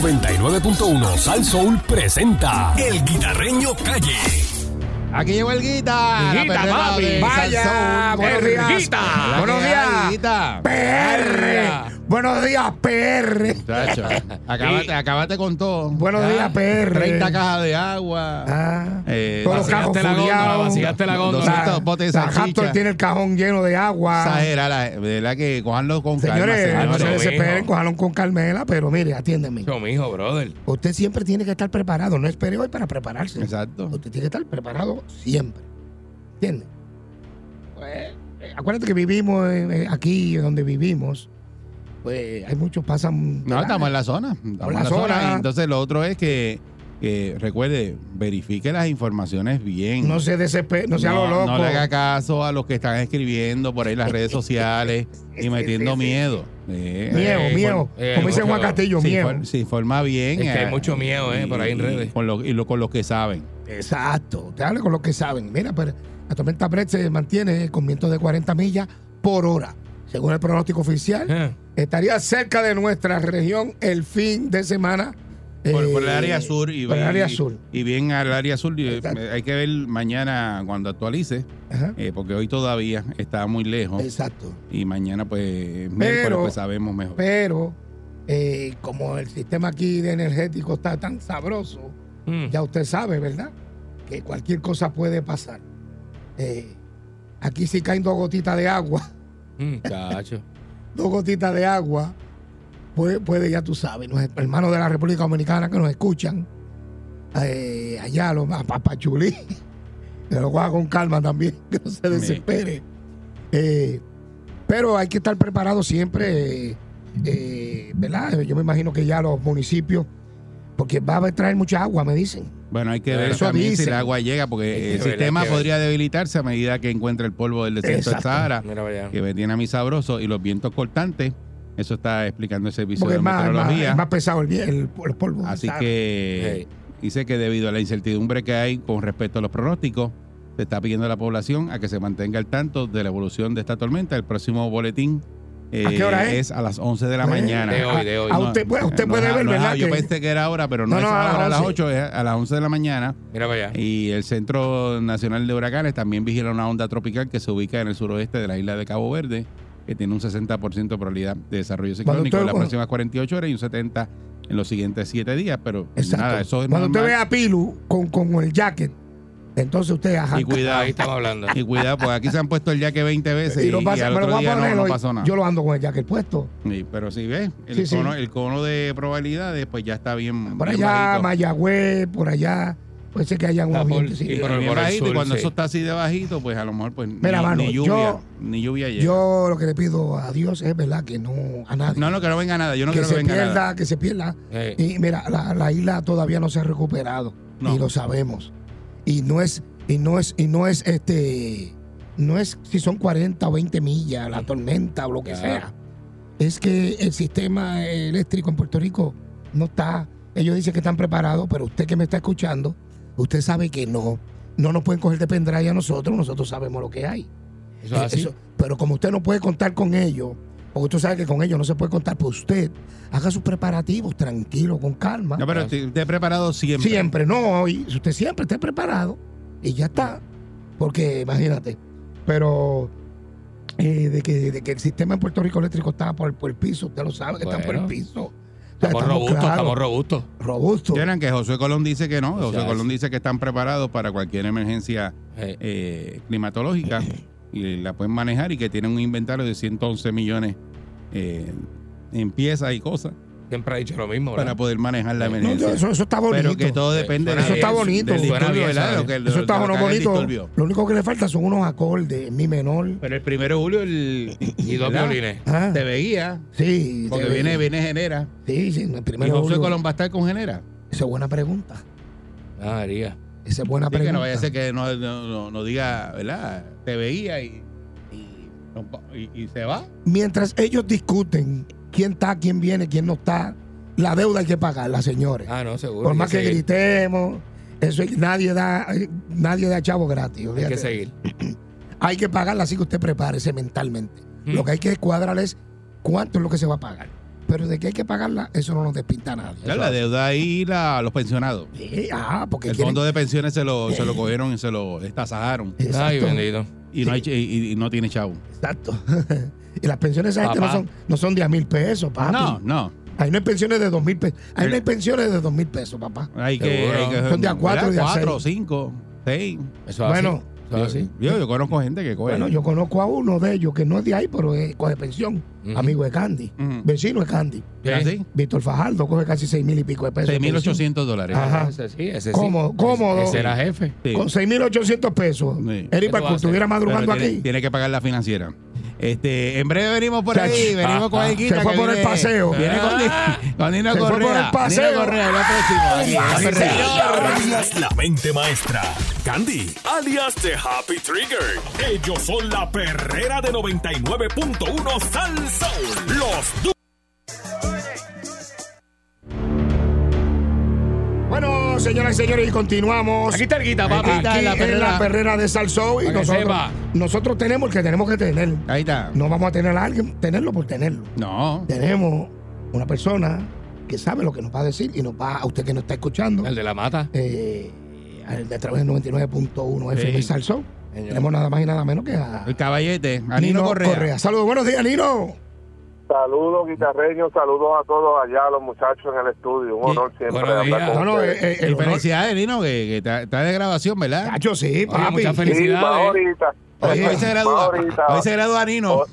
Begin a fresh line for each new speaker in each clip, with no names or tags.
99.1 Sal Soul presenta El Guitarreño Calle.
Aquí llegó el Guita. la
Guita,
perrera
papi.
de
Vaya,
Salsón. Buenos días.
el Guita.
Hola,
Buenos
¿qué
días.
hay, Guita.
PR. Buenos días, PR.
Chacho, acábate, acábate con todo.
Buenos días, PR.
30 cajas de agua.
Ah,
Eh,
todos los
vaciaste
cajos
la góndola,
foliados.
vaciaste la góndola.
La-
200 botes de
la
salchicha.
Hampton tiene el cajón lleno de agua.
Exagera, la, de verdad que cojanlo con
Señores, ah,
calma.
no se
lo
desesperen,
mismo.
cojaron con Carmela, pero mire, atiéndeme.
Yo mijo, brother.
Usted siempre tiene que estar preparado, no espere hoy para prepararse.
Exacto.
Usted tiene que estar preparado siempre. ¿Entiende? Pues, eh, acuérdate que vivimos eh, eh, aquí donde vivimos. Pues hay muchos pasan.
No, estamos en la zona. Estamos en la zona.
zona.
Entonces, lo otro es que, que recuerde, verifique las informaciones bien.
No se desespere, no sea lo
No-
loco.
No le haga caso a los que están escribiendo por ahí en las redes sociales y metiendo
sí, sí.
miedo. Eh,
Miedo,
Eh,
miedo.
por- eh,
Como dice Juan
mucho-
Castillo,
si,
miedo.
for- si forma bien.
Es que hay
eh,
mucho miedo, eh,
y-
por ahí en
y
redes.
Con lo- y lo- con los que saben.
Exacto. Usted hable con los que saben. Mira, pero la tormenta Brett se mantiene con vientos de 40 millas por hora. Según el pronóstico oficial,
Eh,
estaría cerca de nuestra región el fin de semana.
Por,
eh,
por el área sur. Y,
por el área
y-
sur.
Y bien al área sur. y, eh,
Exacto.
hay que ver mañana cuando actualice,
Ajá.
eh, porque hoy todavía está muy lejos.
Exacto.
Y mañana, pues, miércoles, pues sabemos mejor.
Pero, eh, como el sistema aquí de energético está tan sabroso,
mm.
ya usted sabe, ¿verdad? Que cualquier cosa puede pasar. Eh, aquí si caen dos gotitas de agua.
Mm, Chacho.
dos gotitas de agua, puede, puede ya tú sabes, los hermanos de la República Dominicana que nos escuchan, eh, allá los a Papachulí, que lo coja con calma también, que no se desespere. Eh, pero hay que estar preparado siempre, eh, eh, ¿verdad? Yo me imagino que ya los municipios, porque va a traer mucha agua, me dicen.
Bueno, hay que
Pero
ver
eso
también si
dicen.
el agua llega, porque
Hay que
el
ver, hay
sistema
que ver.
podría debilitarse a medida que encuentra el polvo del desierto
Exacto.
del Sahara,
Mira para allá.
que me tiene a mí sabroso, y los vientos cortantes. Eso está explicando el servicio
Porque
de
es más, es más,
meteorología.
es más pesado el, vie- el, el polvo.
Así
¿sabes?
que dice que debido a la incertidumbre que hay con respecto a los pronósticos, se está pidiendo a la población a que se mantenga al tanto de la evolución de esta tormenta. El próximo boletín eh,
¿A qué hora es?
es a las 11 de la
Pues,
mañana.
de hoy, de hoy.
A usted, puede- usted
No
puede
es a-
ver,
no es a-
¿verdad?
Yo
que-
pensé que era ahora, pero no,
No,
es
no,
ahora,
a las
a las
11.
8, es a las 11 de la mañana.
Mira para allá.
Y el Centro Nacional de Huracanes también vigila una onda tropical que se ubica en el suroeste de la isla de Cabo Verde, que tiene un 60% de probabilidad de desarrollo
Cuando
ciclónico en
usted-
las próximas 48 horas y un 70% en los siguientes 7 días. Pero
Exacto.
nada, eso es
Cuando usted ve
normal.
a Pilu con, con el jacket, entonces usted ajá.
Y cuidado,
Ahí estamos hablando.
y cuidado, pues aquí se han puesto el yaque 20 veces y,
Y lo pasa-
al
me lo
otro
voy a
día no,
poner
no
hoy.
pasó nada.
Yo lo ando con el jacket puesto.
Sí, pero si ves, el,
Sí, sí.
cono, el cono de probabilidades pues ya está bien,
Por
bien
allá,
bajito.
Mayagüez, por allá. Puede ser que haya
Ah,
unos
por-
vientos, sí.
y por-
Pero bien
el
bajito, y
sur,
cuando
sí.
eso está así de bajito, pues a lo mejor pues
Mira,
ni,
mano,
ni
yo-
lluvia, ni lluvia llega.
Yo lo que le pido a Dios es verdad que no a nadie.
No, no, que no venga nada. Yo no
que
quiero que
se
venga
pierda,
nada.
que se pierda.
Eh,
Y mira, la, la isla todavía no se ha recuperado.
No.
Y lo sabemos. Y no es, y no es, y no es este, no es si son 40 o 20 millas, la tormenta o lo que
Ya.
sea. Es que el sistema eléctrico en Puerto Rico no está. Ellos dicen que están preparados, pero usted que me está escuchando, usted sabe que no. No nos pueden coger de pendrive a nosotros, nosotros sabemos lo que hay.
eso
Ah,
es
Eh,
así.
eso- pero como usted no puede contar con ellos, porque usted sabe que con ellos no se puede contar, pues usted haga sus preparativos tranquilo, con calma.
No, pero te, te he preparado Ah, siempre.
siempre. no hoy. Si usted siempre esté preparado y ya está. Porque imagínate. Pero eh, de, que, de que el sistema en Puerto Rico eléctrico está por, por el piso, usted lo sabe que está por el
Bueno.
piso. O sea,
Estamos robustos,
claros,
estamos robustos.
robustos.
Vieran que José Colón dice que no.
O sea,
José
es-
Colón dice que están preparados para cualquier emergencia
Eh,
eh, climatológica y la pueden manejar y que tienen un inventario de 111 millones eh, en piezas y cosas
siempre ha dicho lo mismo,
para
¿verdad?
poder manejar la
No,
No,
emergencia.
no, eso, eso está bonito.
pero que todo depende
Suena
de-
bien, eso está
del
bonito.
Suena
disturbio,
bien,
¿verdad?
suena
Lo que- lo-
eso está
lo que
bueno,
haga el
bonito.
disturbio.
Lo único que le falta son unos acordes en mi menor.
Pero el primero de julio el,
Y dos
¿verdad?
violines.
Ah,
te veía
sí,
porque
te-
viene viene genera
Sí, sí, en el
y
primero de
José
julio.
Colón va a estar con genera.
Esa es buena pregunta.
Ah, María.
Esa es buena
Así
pregunta.
que no vaya a ser que no, no- no- no diga, ¿verdad? Te veía y, y, y- y se va.
Mientras ellos discuten quién está, quién viene, quién no está, la deuda hay que pagarla, señores.
Ah, no, seguro.
Por
hay
más que
seguir,
gritemos, eso hay- nadie da, nadie da chavo gratis.
Hay
olvídate.
que seguir.
Hay que pagarla, así que usted prepárese mentalmente.
Mm.
Lo que hay que cuadrar es cuánto es lo que se va a pagar. pero de que hay que pagarla, eso no nos despinta a nadie.
Ya la deuda ahí la, a los pensionados.
Sí, ah, porque
El
quieren-
fondo de pensiones se lo, se lo cogieron y se lo destazajaron.
Ay,
Exacto.
bendito.
Y no, hay, ch- y, y no tiene chavo.
Exacto. y las pensiones de esa gente no
Papá.
son, no son 10 mil pesos, papi.
No, no.
Ahí no hay pensiones de 2 mil pesos. Ahí no hay pensiones de 2 mil pesos, papá.
Hay que,
Seguro.
hay que-
Son de a cuatro
¿verdad?
y de a
Cuatro, cinco, seis.
Eso es
Bueno.
así. Eso es así.
Yo, yo conozco gente que coge.
Bueno, yo conozco a uno de ellos que no es de ahí, pero eh, coge pensión.
Ujú.
Amigo de Candy.
Ujú.
Vecino de Candy.
¿Es así?
Víctor Fajardo coge casi 6 mil y pico de pesos. de pensión.
6.800 dólares.
Ah. Ajá.
Ese sí, ese sí.
Cómodo, cómodo.
Ese era jefe.
Sí.
Con 6.800 pesos.
Sí.
Eric
Eso
Balcour
hace.
estuviera
Pero
madrugando
tiene,
aquí.
tiene que pagar la financiera. Este, en breve venimos por
Chacho.
ahí, venimos con el
ah, Se fue por el paseo. Ah.
Viene con, Di- con Dino
Se fue por
Correa.
el
Dino
paseo.
Correa, lo próximo. Aquí,
Candy,
Ah, señor.
alias la mente maestra. Candy, alias The Happy Trigger. Ellos son la perrera de 99.1 Sal Soul. Los du-
Bueno, señoras y señores, y continuamos.
Aquí está el guita, papi.
Aquí
Está en la perrera.
de Salsó. Y
Para que
nosotros,
sepa.
nosotros tenemos el que tenemos que tener.
Ahí está.
No vamos a tener a alguien, tenerlo por tenerlo.
No.
Tenemos una persona que sabe lo que nos va a decir y nos va a usted que nos está escuchando.
El de la mata.
eh, al de a través del 99.1 FM
Sí.
Salsó.
Señor.
Tenemos nada más y nada menos que a
El caballete, a Nino Correa.
Saludos, buenos días, Nino.
Saludos, guitarreños, saludos a todos allá, a los muchachos en el estudio. Un honor siempre
buenos días.
hablar
No,
con
no, eh,
ustedes.
eh, el
Y
honor-
felicidades, Nino, que, está, de grabación, ¿verdad?
Chacho, sí,
Oye,
papi.
muchas
Sí,
felicidades.
más ahorita.
Hoy,
Oye,
eh, hoy se gradúa.
ahorita.
Hoy se gradúa Nino.
Oh.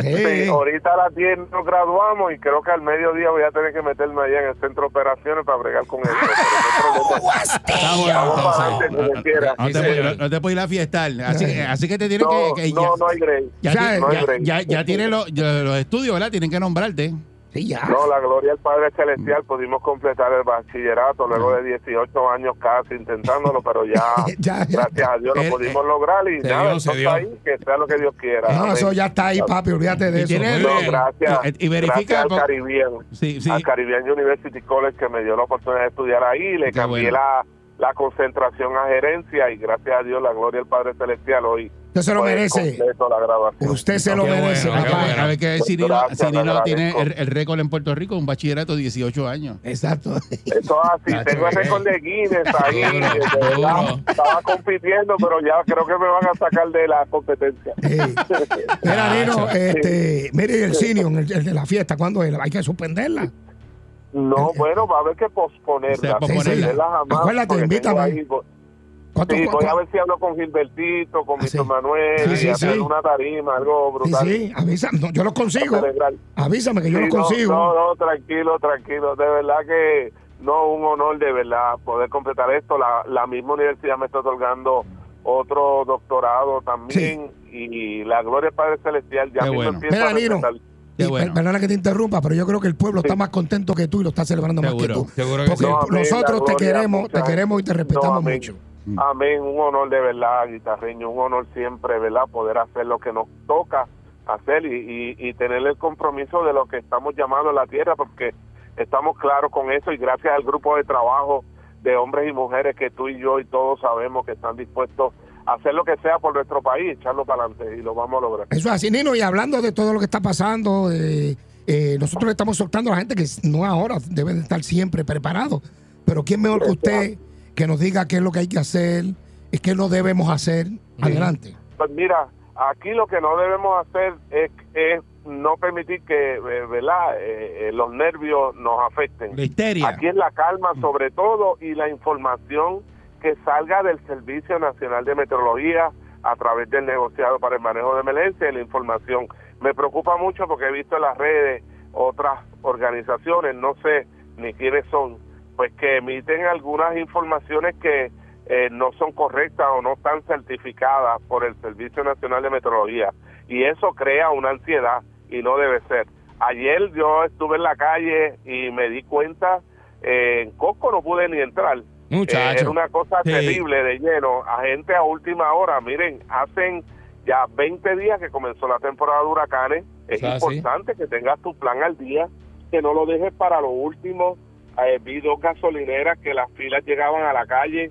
Sí, ahorita a las 10 nos graduamos y creo que al mediodía voy a tener que meterme allá en el centro de operaciones para bregar con eso.
Ah,
Pero
Está
no hay problema.
bueno,
Vamos
entonces.
para adelante como quiera.
No
Sí,
te,
señor.
puedes, no te puedes ir a fiestar. Así,
Sí.
así que te tienen
No,
que. que
no, no hay break.
ya,
O sea,
ti-
no hay
ya-
break.
ya- ya tienen los, ya los estudios, ¿verdad? Tienen que nombrarte.
Sí, ya.
No, la gloria al Padre Celestial, pudimos completar el bachillerato luego de 18 años casi intentándolo, pero ya,
Ya, ya.
gracias a Dios,
Eh,
lo pudimos lograr y
se
nada,
dio,
eso
se
está
dio.
ahí, que sea lo que Dios quiera.
No, eso ya está ahí, papi, olvídate de
Y
eso.
tiene-
No, gracias.
Eh, y verifica
gracias al
con-
Caribbean,
Sí, sí.
al Caribbean University College que me dio la oportunidad de estudiar ahí, le
Qué
cambié
bueno.
la, la concentración a gerencia y gracias a Dios la gloria del Padre Celestial hoy.
Usted se lo
fue
merece.
Pues, completo la grabación.
Usted se lo
Qué bueno,
merece,
qué
Hay que,
papá.
bueno.
a ver que si Nino,
Gracias,
si
le
Nino tiene
agradezco.
el, el récord en Puerto Rico, un bachillerato de 18 años.
Exacto.
Eso es así,
Nacho,
tengo el
¿qué?
récord de Guinness ahí.
Duro,
de verdad,
duro.
Estaba compitiendo, pero ya creo que me van a sacar de la competencia.
Sí. Mira, Nino,
Nacho.
este, mire el senior, el, el de la fiesta, ¿cuándo es? Hay que suspenderla.
No, bueno, va a haber que
O sea, posponerla.
posponerla. posponerla jamás,
eh, Acuérdate,
porque tengo
invítame.
ahí-
¿Cuánto-
Sí,
cu-
voy a ver si hablo con Gilbertito, con
Ah, sí.
Víctor Manuel,
Sí, sí,
y hacer
sí.
una tarima, algo
Sí,
brutal.
sí, avísame. No, yo los consigo.
Celebrar.
Avísame que yo
Sí,
los
no,
consigo.
No, no, tranquilo, tranquilo. De verdad que no, un honor de verdad poder completar esto. La, la misma universidad me está otorgando otro doctorado también y la gloria del Padre Celestial
Qué
ya mismo
bueno.
empieza
Mira,
a
Nino.
regresar.
Qué
Y per-
bueno.
Perdona que te interrumpa, pero yo creo que el pueblo está más contento que tú y lo está celebrando
Seguro,
más que tú.
seguro que
Porque
sí.
No, amén,
nosotros
la
te
gloria,
queremos, te
muchas-
queremos y te
No,
respetamos
amén.
mucho.
Amén, un honor de verdad, guitarreño, un honor siempre, ¿verdad? Poder hacer lo que nos toca hacer y, y- y tener el compromiso de lo que estamos llamando la tierra, porque estamos claros con eso y gracias al grupo de trabajo de hombres y mujeres que tú y yo y todos sabemos que están dispuestos a hacer lo que sea por nuestro país, echarlo para adelante y lo vamos a lograr.
Eso es así, Nino, y hablando de todo lo que está pasando, eh, eh, nosotros le estamos soltando a la gente que no ahora, deben de estar siempre preparados. Pero ¿quién mejor que usted que nos diga qué es lo que hay que hacer, y qué no debemos hacer? Adelante.
Pues mira, aquí lo que no debemos hacer es, es no permitir que, eh, ¿verdad? Eh, eh, los nervios nos afecten.
La histeria.
Aquí es la calma sobre todo y la información que salga del Servicio Nacional de Meteorología a través del negociado para el manejo de emergencia y la información. Me preocupa mucho porque he visto en las redes otras organizaciones, no sé ni quiénes son, pues que emiten algunas informaciones que eh, no son correctas o no están certificadas por el Servicio Nacional de Meteorología. Y eso crea una ansiedad y no debe ser. Ayer yo estuve en la calle y me di cuenta, eh, en Costco no pude ni entrar.
Muchacho.
Eh, era una cosa
Sí.
terrible de lleno. A gente a última hora, miren, hacen ya 20 días que comenzó la temporada de huracanes. Es
O sea, Ah, sí.
importante que tengas tu plan al día, que no lo dejes para lo último. Eh, vi dos gasolineras que las filas llegaban a la calle.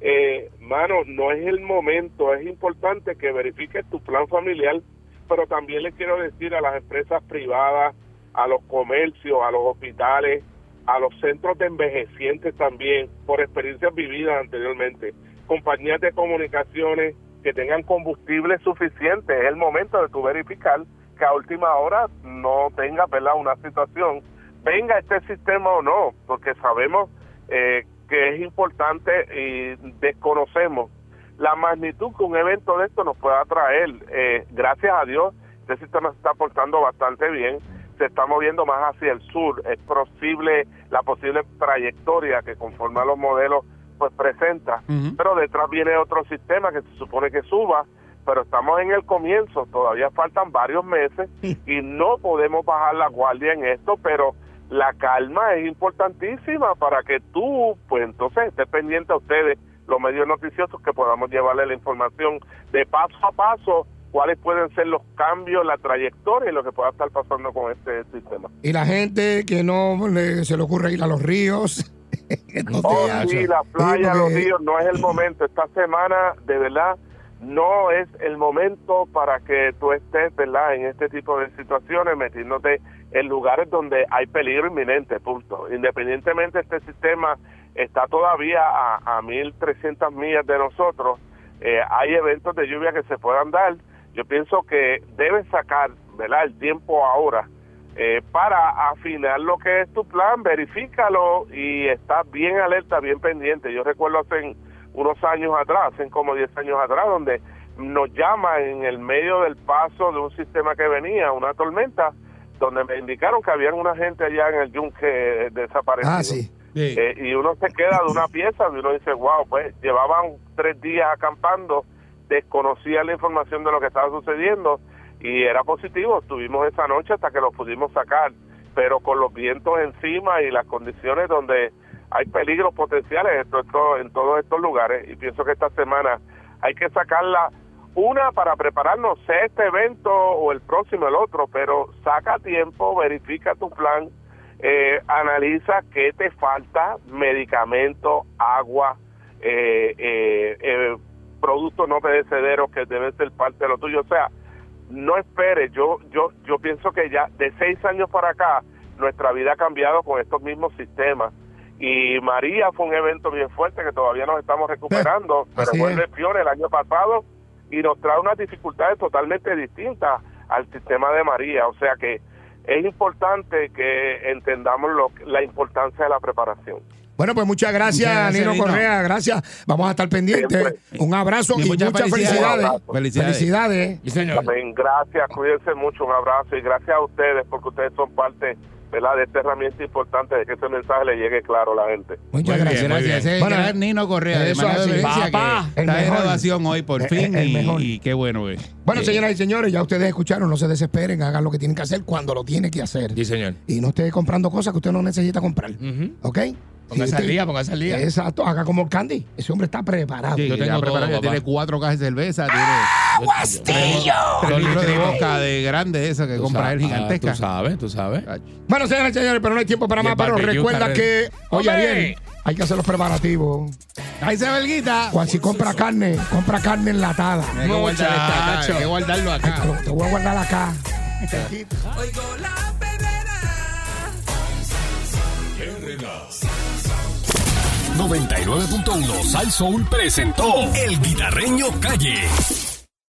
Eh, mano, no es el momento, es importante que verifiques tu plan familiar, pero también le quiero decir a las empresas privadas, a los comercios, a los hospitales, a los centros de envejecientes también, por experiencias vividas anteriormente, compañías de comunicaciones que tengan combustible suficiente. Es el momento de tu verificar que a última hora no tenga ¿verdad? una situación, venga este sistema o no, porque sabemos eh, que es importante y desconocemos la magnitud que un evento de esto nos pueda traer. Eh, gracias a Dios, este sistema se está portando bastante bien, se está moviendo más hacia el sur, es posible la posible trayectoria que conforme a los modelos pues presenta,
Ujú.
pero detrás viene otro sistema que se supone que suba, pero estamos en el comienzo, todavía faltan varios meses y no podemos bajar la guardia en esto, pero la calma es importantísima para que tú, pues entonces, estés pendiente a ustedes, los medios noticiosos, que podamos llevarle la información de paso a paso, cuáles pueden ser los cambios, la trayectoria y lo que pueda estar pasando con este sistema.
Y la gente que no le- se le ocurre ir a los ríos. que no
Oh,
sea-
sí, la playa,
Sí,
los
porque-
ríos, no es el momento. Esta semana, de verdad, no es el momento para que tú estés, ¿verdad?, en este tipo de situaciones, metiéndote en lugares donde hay peligro inminente, punto. Independientemente, este sistema está todavía a, a 1.300 millas de nosotros. Eh, hay eventos de lluvia que se puedan dar. Yo pienso que debes sacar, ¿verdad?, el tiempo ahora eh, para afinar lo que es tu plan, verifícalo y está bien alerta, bien pendiente. Yo recuerdo hace unos años atrás, hace como 10 años atrás, donde nos llaman en el medio del paso de un sistema que venía, una tormenta, donde me indicaron que había una gente allá en el yunque eh, desaparecida.
Ah, sí.
Sí.
Eh, y uno se queda de una pieza y uno dice, wow, pues llevaban tres días acampando, desconocía la información de lo que estaba sucediendo y era positivo. Estuvimos esa noche hasta que los pudimos sacar, pero con los vientos encima y las condiciones donde hay peligros potenciales en, to- esto- en todos estos lugares. Y pienso que esta semana hay que sacarla una para prepararnos, sea este evento o el próximo, el otro, pero saca tiempo, verifica tu plan, eh, analiza qué te falta, medicamento, agua, eh, eh, eh, productos no perecederos que deben ser parte de lo tuyo. O sea, no esperes, yo, yo, yo pienso que ya de seis años para acá nuestra vida ha cambiado con estos mismos sistemas. Y María fue un evento bien fuerte que todavía nos estamos recuperando, pero
así
fue
es.
el peor el año pasado y nos trae unas dificultades totalmente distintas al sistema de María. O sea que es importante que entendamos lo, la importancia de la preparación.
Bueno, pues muchas gracias,
Muchas gracias,
Nino
Nino.
Correa. Gracias. Vamos a estar pendientes.
Siempre.
Un abrazo y, muchas, felicidades.
Felicidades.
Felicidades.
Sí, señor.
Amén. Gracias, cuídense mucho, un abrazo y gracias a ustedes porque ustedes son parte ¿verdad? de esta herramienta importante de que ese mensaje le llegue claro a la gente.
Muchas
Muy bien,
gracias.
muy
Gracias,
bien.
ese es el
Bueno,
gran Nino Correa, de
eso
Manejo de
así.
Emergencia, que
Papá,
el
está de
mejor.
graduación hoy por
El-
fin
el
y,
mejor.
y qué bueno es.
Bueno,
Sí.
señoras y señores, ya ustedes escucharon, no se desesperen, hagan lo que tienen que hacer cuando lo tienen que hacer.
Sí, señor.
Y no esté comprando cosas que usted no necesita comprar.
Ujú.
¿Ok?
Póngase
Sí, Eh,
al
usted-
día, póngase al día.
Exacto, haga como Candy. Ese hombre está preparado.
Sí,
yo
ya
tengo
preparado,
todo,
ya tiene
papá.
cuatro cajas de cerveza, tiene
¡Guastillo!
tres litros de boca de grande esa que compra él
Tú
gigantesca.
sabes, tú sabes.
Bueno, señoras y señores, pero no hay tiempo para
Y
más.
el
Pero
barbecue
recuerda
está
que, oye,
¡Hombre!
Ariel, hay que hacer los preparativos.
Ahí se belguita.
Cuando si compra carne, compra carne enlatada.
Hay que guardar esta,
Muchacho.
hay que guardarlo
Ay,
acá.
te, lo- te voy a guardar acá.
Perrera. 99.1 Sal Soul presentó El Guitarreño Calle.